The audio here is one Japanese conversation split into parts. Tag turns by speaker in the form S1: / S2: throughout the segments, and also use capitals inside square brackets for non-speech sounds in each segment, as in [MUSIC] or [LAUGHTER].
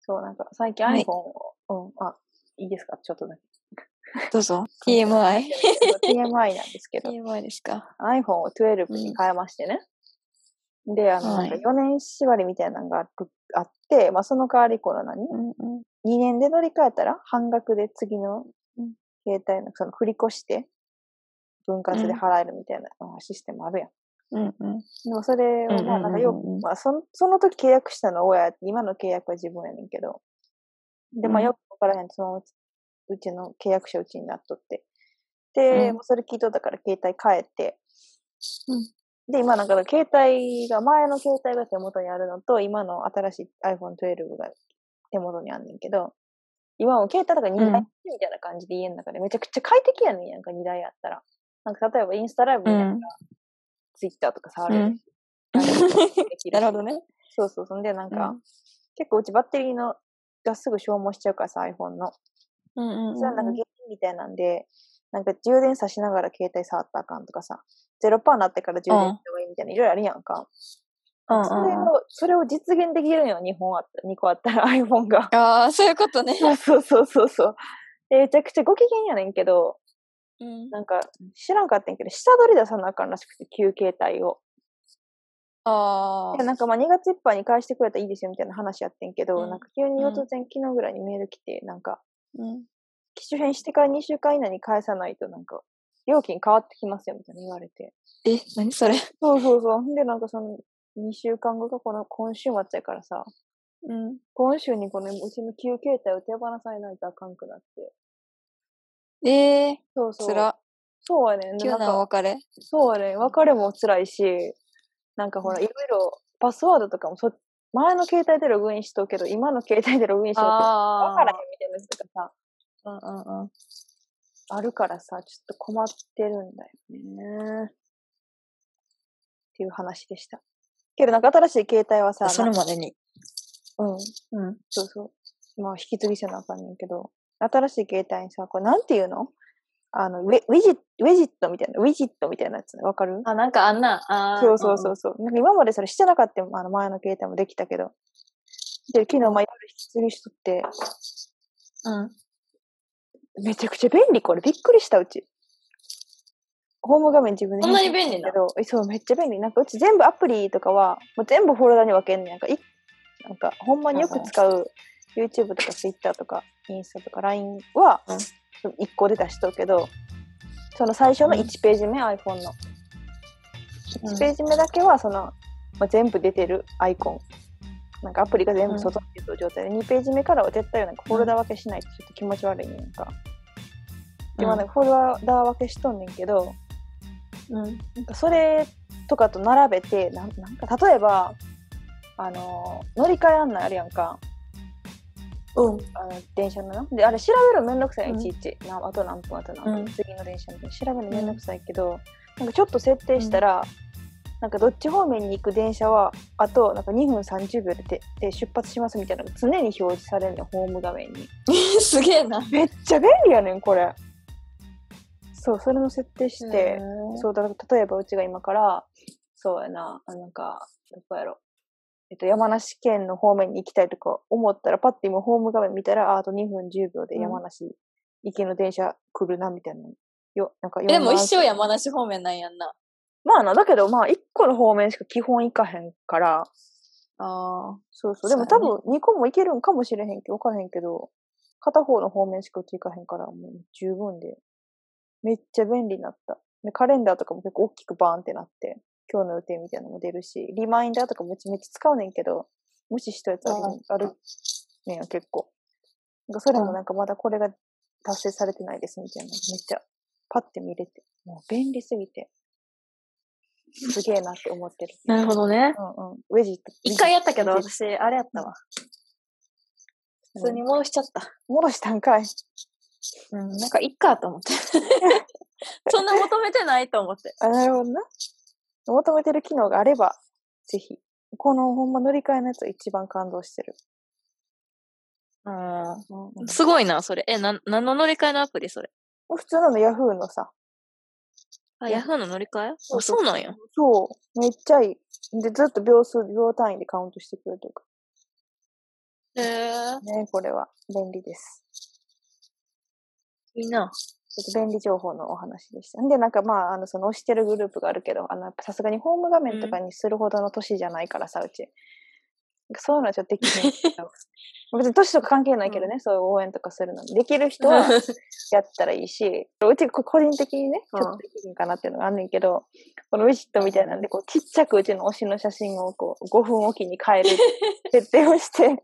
S1: そう、なんか最近
S2: は
S1: iPhone
S2: い
S1: を、うん、あ、いいですかちょっと
S2: [LAUGHS]
S1: だけ。
S2: どうぞ。TMI。
S1: TMI なんですけど、
S2: TMI ですか。
S1: iPhone を12に変えましてね。で、あの、
S2: はい
S1: 4年縛りみたいなのがあるあって、まあその代わりこの何
S2: うんうん。
S1: 2年で乗り換えたら半額で次の
S2: うん
S1: 携帯のその振り越して分割で払えるみたいなあシステムあるやん。
S2: うんうん。
S1: でもそれをまあ
S2: うんうんうんうん
S1: なんかよく、まあそのその時契約したのは親、今の契約は自分やねんけど。で、まあ
S2: うん
S1: よくわからへん、そのうちうちの契約者うちになっとって。で、
S2: うん
S1: もうそれ聞いとったから携帯変えて。
S2: うん
S1: で、今なんか携帯が、前の携帯が手元にあるのと、今の新しい iPhone12 が手元にあんねんけど、今も携帯とか2台みたいな感じで家の中でめちゃくちゃ快適やねんやんか、2台あったら。なんか例えばインスタライブみたいな、
S2: うん
S1: ツイッターとか触
S2: う
S1: れる
S2: ん
S1: し。なんかできる
S2: な
S1: し
S2: るほどね。
S1: そうそう。そんで、なんか、
S2: うん
S1: 結構うちバッテリーのがすぐ消耗しちゃうからさ、iPhone の。
S2: うんうん
S1: それはなんか原因みたいなんで、なんか充電さしながら携帯触ったらあかんとかさ、0%になってから充電した方がいいみたいな、いろいろあるやんか。
S2: うん
S1: そ
S2: うん
S1: れ
S2: うん
S1: を、それを実現できるんよ、2本あった、2個あったら [LAUGHS] iPhone が。
S2: ああ、そういうことね。
S1: そうそうそうそうそう。でめちゃくちゃご機嫌やねんけど、
S2: うん
S1: なんか知らんかったんやけど、下取り出さなあかんらしくて、旧携帯を。
S2: あ
S1: で
S2: あ。
S1: なんかまあ2月いっぱいに返してくれたらいいですよみたいな話やってんけど、
S2: うん
S1: なんか急に
S2: うん
S1: 突然昨日ぐらいにメール来て、なんか、
S2: うん
S1: 機種変してから2週間以内に返さないと、なんか、料金変わってきますよみたいな言われて。
S2: え、何それ。
S1: そうそうそう。ほんで、なんかその、2週間後がこの今週末やからさ、
S2: うん。
S1: 今週にこのうちの旧携帯を手放さないとあかんくなって。
S2: えー、
S1: そうそう。
S2: つら。
S1: そうやねん。で
S2: 急
S1: なん
S2: なお
S1: か、
S2: 別れ。
S1: そうやねん。別れも辛いし、なんかほら、いろいろパスワードとかもそ、前の携帯でログインしとくけど、今の携帯でログインしとくけどわ
S2: あ
S1: からへんみたいなやつとか
S2: うんうんうん。
S1: さ、あるからさ、ちょっと困ってるんだよね。っていう話でした。けどなんか新しい携帯はさ、
S2: それまでに。
S1: うん、
S2: うん。
S1: そうそう。まあ引き継ぎせなあかんねんけど、新しい携帯にさ、これなんていうのあのウェ、ウィジット、ウィジットみたいな、ウィジットみたいなやつねわかる
S2: あ、なんかあんな。あ
S1: そうそうそうそう。なんか今までそれしてなかったよあの前の携帯もできたけど。で、昨日まあ夜引き継ぎしとって、
S2: うん。
S1: めちゃくちゃ便利これ。びっくりしたうち。ホーム画面自分で
S2: こんな
S1: 変
S2: に
S1: 換
S2: 便利
S1: け
S2: な。
S1: ど、えそう、めっちゃ便利。なんかうち全部アプリとかは、もう全部フォルダに分けんねん。なんか、いなんかほんまによく使う YouTube とか Twitter とかインスタとか LINE は
S2: うん
S1: 1個で出しとうけど、その最初の1ページ目、iPhone の。1ページ目だけはその、まあ、全部出てるアイコン。なんかアプリが全部外に出てる状態で、2ページ目からは絶対なんかフォルダ分けしないとちょっと気持ち悪いねんなんか。でもなんかフォルダ分けしとんねんけど、
S2: うん。
S1: なんかそれとかと並べてなんなんか例えばあの乗り換え案内あるやんか
S2: うん。 [LAUGHS]
S1: あの電車のなであれ調べるのめんどくさいやんいちいち、なあと何分あと何分、
S2: うん
S1: 次の電車みたいな調べるのめんどくさいけど、なんかちょっと設定したら、なんかどっち方面に行く電車はあとなんか2分30秒ででで出発しますみたいなのが常に表示されるのホーム画面に
S2: すげえな。
S1: めっちゃ便利やねんこれそうそれも設定して、そうだから例えばうちが今からそうやなあなんかどこやろえっと、山梨県の方面に行きたいとか思ったら、パッて今ホーム画面見たら、ああと2分10秒で山梨行きの電車来るな、みたいな。よ、なんか
S2: えでも
S1: 四番
S2: 一生山梨方面なんやんな。
S1: まあな、だけどまあ1個の方面しか基本行かへんから、
S2: ああ。
S1: そうそう。でも
S2: そ
S1: 多
S2: うやね
S1: 分2個も行けるんかもしれへんけど、わからへんけど、片方の方面しかうち行かへんから、もう十分で。めっちゃ便利になった。で、カレンダーとかも結構大きくバーンってなって、今日の予定みたいなのも出るし、リマインダーとかもうちめっちゃ使うねんけど、無視したやつあるあるねんよ、結構。なんかそれもなんかまだこれが達成されてないですみたいな、めっちゃパッて見れて、もう便利すぎて、すげえなって思ってる。
S2: なるほどね。
S1: うんうん。ウェジット。
S2: 一回やったけど、
S1: ウェジッ
S2: 私、あれやったわ。
S1: ト
S2: 普通に戻しちゃった。
S1: 戻したんかい。
S2: うん、なんか、いっかと思って。 [LAUGHS] そんな求めてないと思って。
S1: あ、なるほどな。求めてる機能があれば、ぜひ。このほんま乗り換えのやつ一番感動してる。
S2: う
S1: うんうん
S2: ん。すごいな、それ。え、なん、何の乗り換えのアプリそれ。
S1: 普通なのヤフーのさ。
S2: あ、
S1: いや
S2: ヤフーの乗り換えあ、
S1: そうそう
S2: そうなんや。
S1: そう。めっちゃいい。で、ずっと秒数、秒単位でカウントしてくれるとか。
S2: へえ。な。
S1: ね、これは便利です。
S2: いいな。
S1: ちょっと便利情報のお話でした。んで、なんかまあ、あの、その推してるグループがあるけど、あの、やっぱさすがにホーム画面とかにするほどの年じゃないからさ、うち。なんかそういうのはちょっとできないけど。別に年とか関係ないけどね、そういう応援とかするのに。できる人はやったらいいし、うちこ個人的にね、ちょ
S2: うん
S1: っとできるんかなっていうのがあんねんけど、このウィシットみたいなんで、こう、ちっちゃくうちの推しの写真をこう、5分おきに変え
S2: [LAUGHS]
S1: る設定をして、ちょっ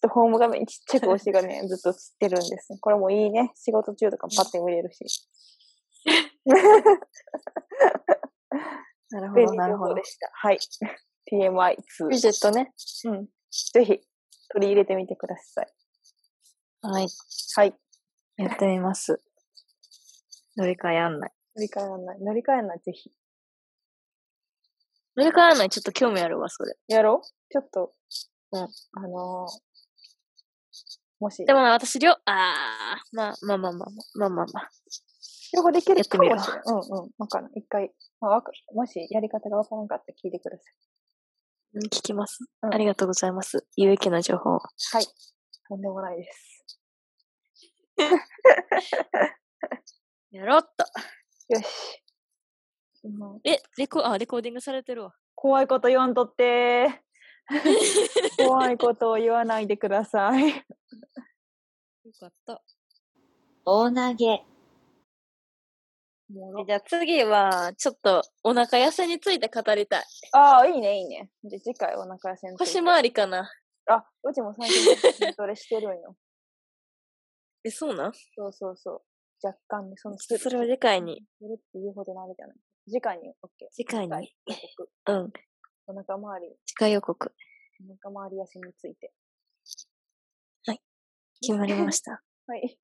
S1: とホーム画面にちっちゃく推しがね、ずっと映ってるんですね。これもいいね。仕事中とかもパッて見れるし。
S2: なる
S1: 便利情報でした。
S2: [LAUGHS]
S1: はい。
S2: ウィ
S1: TMI2。
S2: ジェットね。
S1: うん。ぜひ、取り入れてみてください。
S2: はい。
S1: はい。
S2: やってみます。乗り換え案内。
S1: 乗り換え案内。乗り換え案内ぜひ。
S2: 乗り換え案内ちょっと興味あるわ、それ。
S1: やろうちょっと、
S2: うん
S1: あのーもし
S2: で、もな、私、りょ、あー、まあまあまあまあまあまあまあ。
S1: 両方でき
S2: や
S1: る
S2: って
S1: か
S2: み
S1: もし
S2: る
S1: れない。うんうん。わからん。一回、まあわか、もしやり方がわからんかったら聞いてください。
S2: うん聞きます。
S1: うん
S2: ありがとうございます。有益な情報を。
S1: はい。とんでもないです。
S2: やろっと。
S1: よし。うん
S2: え、レコ、あ、レコーディングされてるわ。
S1: 怖いこと言わんとって。怖いことを言わないでください。
S2: よかった。
S3: 大投げ。
S2: じゃあ次は、ちょっとお腹痩せについて語りたい。
S1: ああ、いいね、いいね。じゃあ次回お腹痩せんといて
S2: 腰回りかな。
S1: あ、うちも最近筋トレしてるんよ。
S2: え、そうなん
S1: そうそうそう。若干ね、そのつ
S2: それを次回に。
S1: やるって言うほどのあれじゃない。次回に、オッケー。
S2: 次回
S1: はい
S2: に。
S1: 僕
S2: うん。
S1: お腹周り、
S2: 次回予告。
S1: お腹周り痩せについて。
S2: 決まりました。
S1: はい。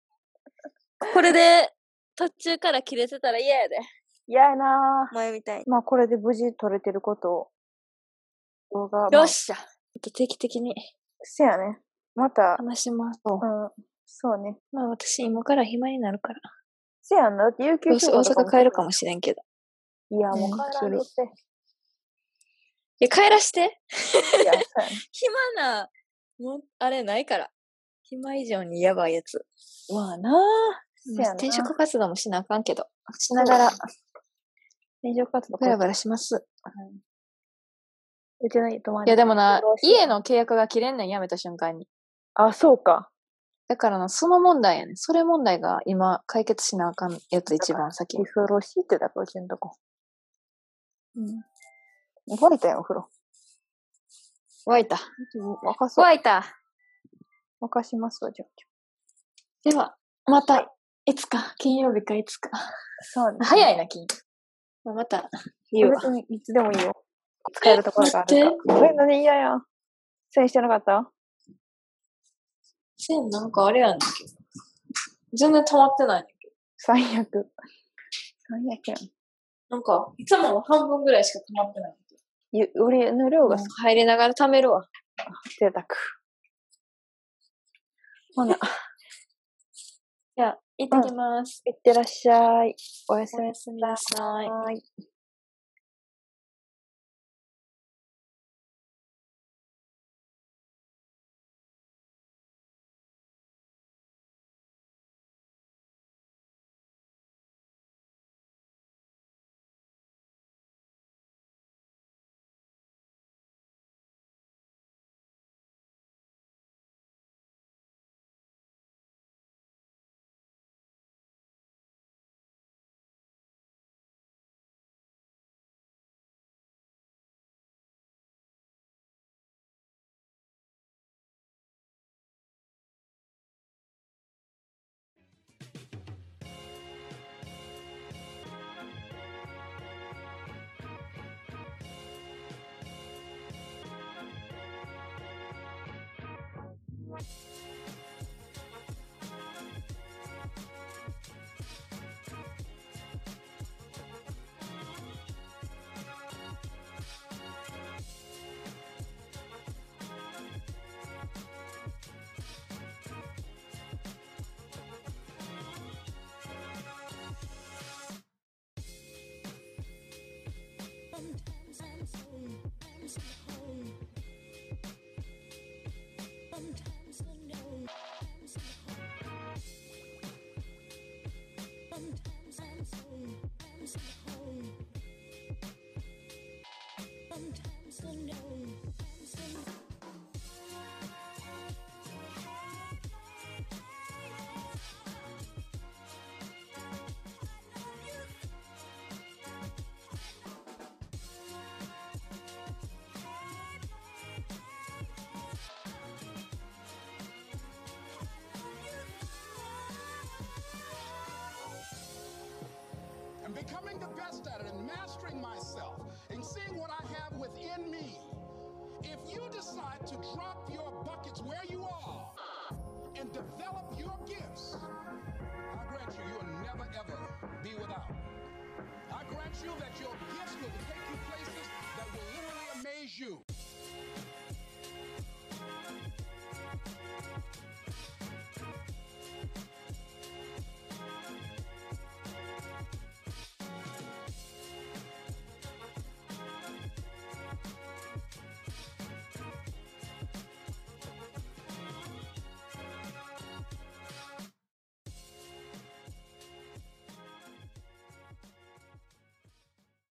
S2: [LAUGHS] これで、途中から切れてたら嫌やで。
S1: 嫌やな
S2: 前みたいに。
S1: ぁ。まあ、これで無事撮れてることを、動画、まあ
S2: よっ、しゃ定期的に
S1: せやね。また、
S2: 話しましょう
S1: う。ん、そうね。
S2: まあ私、今から暇になるから。
S1: せやんな。だって有
S2: ど
S1: 給
S2: うせ
S1: 休
S2: 大
S1: 暇と
S2: 阪帰るか
S1: も
S2: もしれんけど。
S1: 取る。いや、もう
S2: うん
S1: 帰らんとって。
S2: いや、帰らして。
S1: いや、そう
S2: [LAUGHS]
S1: やね。
S2: 暇な、もう、あれないから。暇以上にやばいやつ。
S1: まあなせやな
S2: 転職活動もしなあかんけど。しながら、
S1: 転職活動
S2: バラバラします。
S1: うちの友達
S2: いや、でもな
S1: どう、しよう
S2: 家の契約が切れんねん、やめた瞬間に。
S1: あ、そうか。
S2: だからな、その問題やねん。それ問題が今、解決しなあかんやつ、一番先 [LAUGHS]
S1: リ。フロシーってだから、うちのとこ。
S2: うん。
S1: 溺れたよ、お風呂。
S2: 湧いた。
S1: 沸かそう。
S2: 湧いた。
S1: 沸かしますわ、じゃあ。
S2: では、また、いつか、金曜日かいつか。
S1: そうね。
S2: [LAUGHS] 早いな、金。まあまた、言うわ
S1: 別。にいつでもいいよ。使えるところがあるから。え、何嫌や。せんしてなかった
S2: 線なんかあれやねんけど。全然溜まってないねんけ
S1: 最悪。最悪やん。
S2: ど。なんか、いつもの半分ぐらいしか溜まってないねんけ
S1: ゆ俺の量
S2: ど。
S1: が
S2: なんか入れながら溜めるわ。
S1: 贅沢。ほな、
S2: じゃあ、行ってきます。
S1: いってらっしゃい。おやす
S2: お
S1: み
S2: やすみなさい。
S1: なさい。
S4: Sometimes I'm so, I'm so cold. Sometimes the
S5: within me. If you decide to drop your buckets where you are and develop your gifts, I grant you, you'll never ever be without. I grant you that your gifts will take you places that will literally